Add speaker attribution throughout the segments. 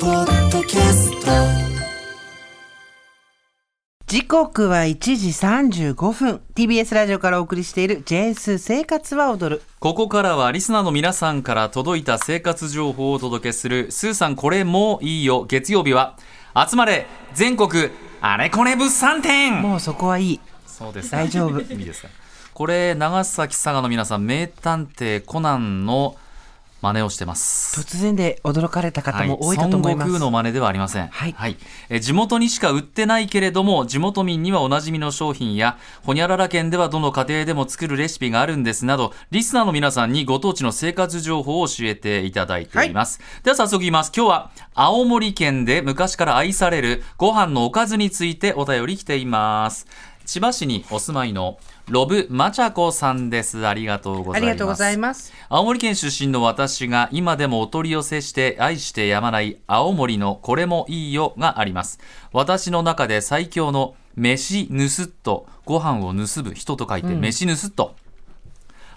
Speaker 1: TBS ポッドキャスト
Speaker 2: 時刻は1時35分 TBS ラジオからお送りしている「JS 生活は踊る
Speaker 3: ここからはリスナーの皆さんから届いた生活情報をお届けする、スーさんこれもういいよ、月曜日は、集まれ、全国、あれこれ物産」展
Speaker 2: もうそこはいい
Speaker 3: そうです
Speaker 2: 大丈夫
Speaker 3: いいですか。これ、長崎佐賀の皆さん、名探偵コナンの真似をしてます。
Speaker 2: 突然で驚かれた方も多いかと思います、
Speaker 3: 孫悟空の真似ではありません、
Speaker 2: はい
Speaker 3: えー地元にしか売ってないけれども地元民にはおなじみの商品やほにゃらら県ではどの家庭でも作るレシピがあるんですなどリスナーの皆さんにご当地の生活情報を教えていただいています、では早速言います今日は青森県で昔から愛されるご飯のおかずについてお便り来ています千葉市にお住まいのロブマチャコさんですありがとうござ
Speaker 2: あ
Speaker 3: い
Speaker 2: り
Speaker 3: ます
Speaker 2: がとうございます
Speaker 3: 青森県出身の私が今でもお取り寄せして愛してやまない青森のこれもいいよがあります私の中で最強の飯盗っとご飯を盗む人と書いて飯盗っと、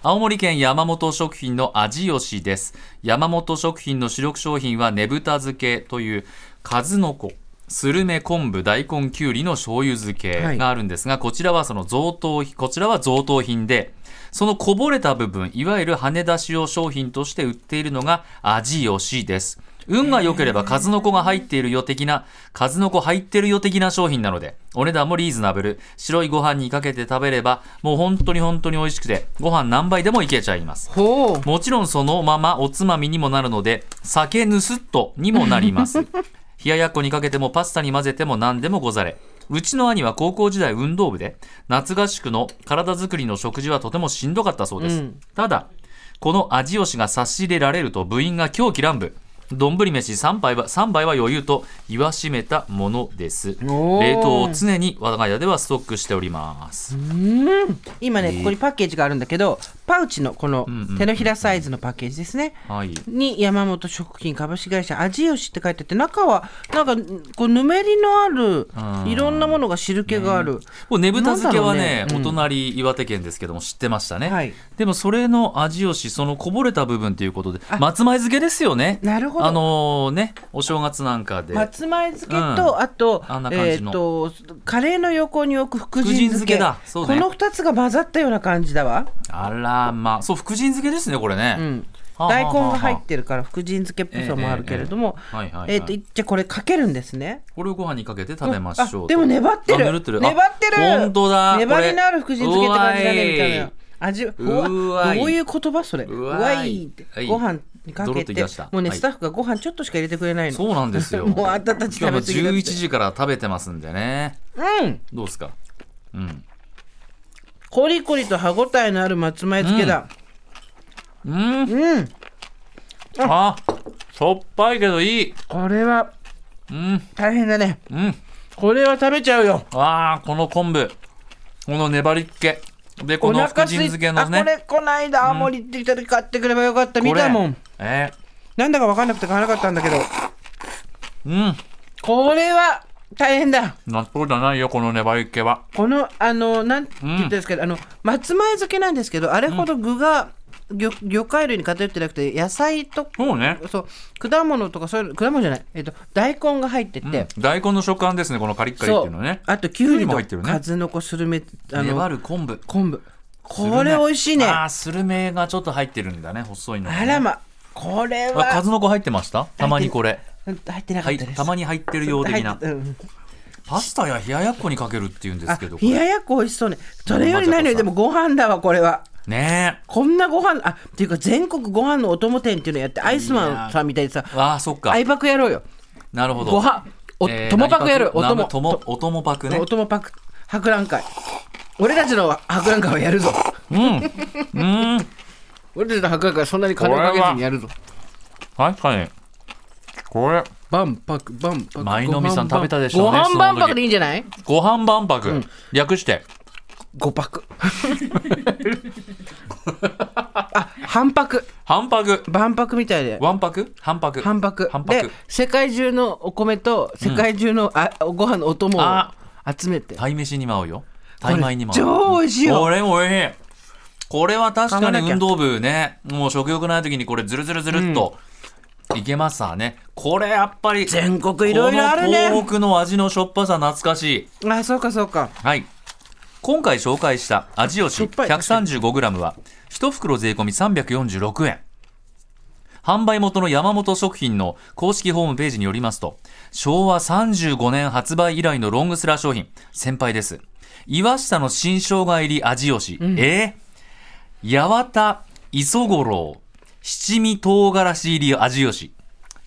Speaker 3: 青森県山本食品の味吉です山本食品の主力商品はねぶた漬けという数の子スルメ昆布大根きゅうりの醤油漬
Speaker 2: は
Speaker 3: け
Speaker 2: い
Speaker 3: があるんですが、こちらはその贈答品こちらは贈答品でそのこぼれた部分いわゆる跳ね出しを商品として売っているのが味吉です運が良ければ数の子が入っているよ的な数の子入ってるよ的な商品なのでお値段もリーズナブル白いご飯にかけて食べればもう本当に本当に美味しくてご飯何杯でもいけちゃいます
Speaker 2: ほう
Speaker 3: もちろんそのままおつまみにもなるので酒盗っとにもなります 冷ややっこにかけてもパスタに混ぜても何でもござれうちの兄は高校時代運動部で夏合宿の体作りの食事はとてもしんどかったそうです、
Speaker 2: うん
Speaker 3: ただこの味吉が差し入れられると部員が狂喜乱舞丼飯3杯は3杯は余裕と言わしめたものです冷
Speaker 2: おー
Speaker 3: 凍を常に我が家ではストックしております
Speaker 2: 今ねここにパッケージがあるんだけどパウチのこの
Speaker 3: んうんうん
Speaker 2: 手のひらサイズのパッケージですね
Speaker 3: はい
Speaker 2: に山本食品株式会社味吉って書いてあって中はなんかこうぬめりのある
Speaker 3: うん
Speaker 2: いろんなものが汁気がある、
Speaker 3: もうねぶた漬けはね
Speaker 2: なんだろうねうん
Speaker 3: お隣岩手県ですけども知ってましたね、
Speaker 2: はい
Speaker 3: でもそれの味をしそのこぼれた部分ということで松前漬けですよね
Speaker 2: なるほど
Speaker 3: あのねお正月なんかで
Speaker 2: 松前漬けと、
Speaker 3: うん
Speaker 2: あと
Speaker 3: あんな
Speaker 2: え
Speaker 3: 感
Speaker 2: ー
Speaker 3: じの
Speaker 2: とカレーの横に置く福神漬け
Speaker 3: 福神漬けだそうね
Speaker 2: この2つが混ざったような感じだわ、
Speaker 3: あらまあそう福神漬けですねこれね、
Speaker 2: うん、
Speaker 3: はあはあ
Speaker 2: 大
Speaker 3: はあ
Speaker 2: 根が入ってるから福神漬けっぽさもあるけれども
Speaker 3: ええええはいはいはい
Speaker 2: えーとじゃあこれかけるんですね
Speaker 3: これをご飯にかけて食べましょうと
Speaker 2: あでも粘ってる
Speaker 3: あぬるってるあ
Speaker 2: 粘ってる
Speaker 3: 本当だ
Speaker 2: 粘りのある福神漬けって感じだ
Speaker 3: これ
Speaker 2: ねみたいう
Speaker 3: わ
Speaker 2: ない味う
Speaker 3: う
Speaker 2: わ
Speaker 3: わい
Speaker 2: どういう言葉それ
Speaker 3: うわいう
Speaker 2: わいって
Speaker 3: はい
Speaker 2: ご飯にか
Speaker 3: ドロ
Speaker 2: け
Speaker 3: ッと
Speaker 2: て
Speaker 3: いきました
Speaker 2: もうね
Speaker 3: はい
Speaker 2: スタッフがご飯ちょっとしか入れてくれないの
Speaker 3: そうなんです よ
Speaker 2: もうあんたたち食べ過ぎだ
Speaker 3: 今
Speaker 2: っ
Speaker 3: 日
Speaker 2: て
Speaker 3: も11時から食べてますんでね
Speaker 2: うん
Speaker 3: どうですかうん
Speaker 2: コリコリと歯ごたえのある松前漬けだ
Speaker 3: うん
Speaker 2: うん
Speaker 3: あしょっぱいけどいい
Speaker 2: これは
Speaker 3: うん
Speaker 2: 大変だね
Speaker 3: うん
Speaker 2: これは食べちゃうよ
Speaker 3: わあこの昆布この粘りっ気でこの
Speaker 2: お
Speaker 3: 福
Speaker 2: 腹
Speaker 3: 神
Speaker 2: すい
Speaker 3: 漬けのね
Speaker 2: あこれこないだ青森行ってきた時買ってくればよかった見たもん
Speaker 3: これえ
Speaker 2: なんだか分かんなくて買わなかったんだけど
Speaker 3: ー
Speaker 2: これは大変だ
Speaker 3: うん納豆じゃないよこの粘りっ気は
Speaker 2: このあのなんて言ったんですか、あの松前漬けなんですけどあれほど具が、魚魚介類に偏ってなくて野菜と
Speaker 3: そうね
Speaker 2: そう果物とかそういう果物じゃない、えっと、大根が入ってて、
Speaker 3: 大根の食感ですねこのカリッカリって
Speaker 2: そ
Speaker 3: いう
Speaker 2: う
Speaker 3: のね
Speaker 2: あときゅうり
Speaker 3: も
Speaker 2: と
Speaker 3: 入ってるね
Speaker 2: 数の子スルメあ
Speaker 3: 粘
Speaker 2: の
Speaker 3: る昆布
Speaker 2: 昆布これ美味しいね
Speaker 3: あ
Speaker 2: あ
Speaker 3: ースルメがちょっと入ってるんだね細いのがね
Speaker 2: らまこれ
Speaker 3: あ
Speaker 2: は
Speaker 3: 数の子入ってましたたまにこれ
Speaker 2: 入ってなか
Speaker 3: は
Speaker 2: っ
Speaker 3: い
Speaker 2: たです、
Speaker 3: たまに入ってるよう的
Speaker 2: 入
Speaker 3: な
Speaker 2: ってうん
Speaker 3: パスタや冷ややっこにかけるっていうんです
Speaker 2: あ
Speaker 3: けどこ
Speaker 2: 冷や
Speaker 3: れ
Speaker 2: やっこ美味しそうねそれより何よりでもご飯だわこれは
Speaker 3: ね
Speaker 2: こんなご飯あっていうか全国ご飯のお供店っていうのやってアイスマンさんみたいにさ
Speaker 3: えあーそっか
Speaker 2: 相パクやろうよ
Speaker 3: なるほど
Speaker 2: ご飯お
Speaker 3: えー
Speaker 2: ともパクやろうお
Speaker 3: 何
Speaker 2: と
Speaker 3: パ
Speaker 2: も
Speaker 3: クともおともパクね
Speaker 2: おともパク博覧会俺たちの博覧会はやるぞ
Speaker 3: うん
Speaker 2: 俺たちの博覧会はそんなに金をかけずにやるぞ
Speaker 3: 確かにこれ
Speaker 2: 万博万博
Speaker 3: 舞の海さん食べたでしょうね
Speaker 2: ご
Speaker 3: そ
Speaker 2: 飯
Speaker 3: の時
Speaker 2: 万博でいいんじゃない
Speaker 3: ご飯万博、略して
Speaker 2: 五泊 あ半泊
Speaker 3: 半泊
Speaker 2: 万泊みたいで
Speaker 3: ワン泊半泊
Speaker 2: 半泊
Speaker 3: 半
Speaker 2: で
Speaker 3: 泊
Speaker 2: 世界中のお米と世界中のあ、ご飯のお供を
Speaker 3: あ
Speaker 2: 集めて
Speaker 3: 鯛飯にも合うよ鯛米にも合う
Speaker 2: これ超美味しいよ
Speaker 3: これも美味しいこれは確か
Speaker 2: 考えな
Speaker 3: に
Speaker 2: きゃ
Speaker 3: 運動部ねもう食欲ない時にこれズルズルズルっと、いけますわねこれやっぱり
Speaker 2: 全国いろいろある
Speaker 3: この
Speaker 2: ね
Speaker 3: 東北の味のしょっぱさ懐かしい
Speaker 2: あそうかそうか
Speaker 3: はい今回紹介した味
Speaker 2: し
Speaker 3: 吉
Speaker 2: ょっぱい確か
Speaker 3: 135g は1袋税込み346円販売元の山本食品の公式ホームページによりますと昭和35年発売以来のロングスラー商品先輩です岩下の新生姜入り味吉、えー、八幡磯五郎七味唐辛子入り味吉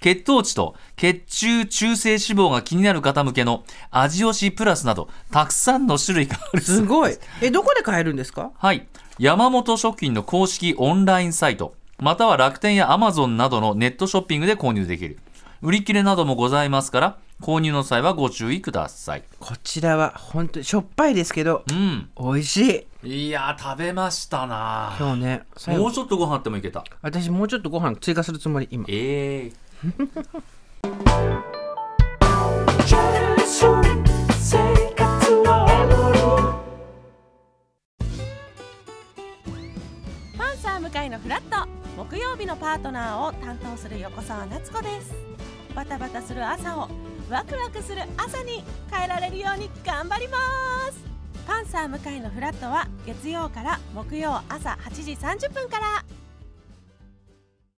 Speaker 3: 血糖値と血中中性脂肪が気になる方向けの味吉プラスなどたくさんの種類があるそう
Speaker 2: すごいえどこで買えるんですか
Speaker 3: はい。山本食品の公式オンラインサイト、または楽天や Amazon などのネットショッピングで購入できる。売り切れなどもございますから、購入の際はご注意ください。
Speaker 2: こちらは本当にしょっぱいですけど
Speaker 3: うん。
Speaker 2: 美味しい
Speaker 3: いやー、食べましたな
Speaker 2: 今日ね最
Speaker 3: も
Speaker 2: 後
Speaker 3: うちょっとご飯あってもいけた。
Speaker 2: 私もうちょっとご飯追加するつもり今
Speaker 3: ええ
Speaker 4: パンサー向かいのフラット木曜日のパートナーを担当する横澤夏子ですバタバタする朝をワクワクする朝に変えられるように頑張りますパンサー向かいのフラットは月曜から木曜朝8時30分から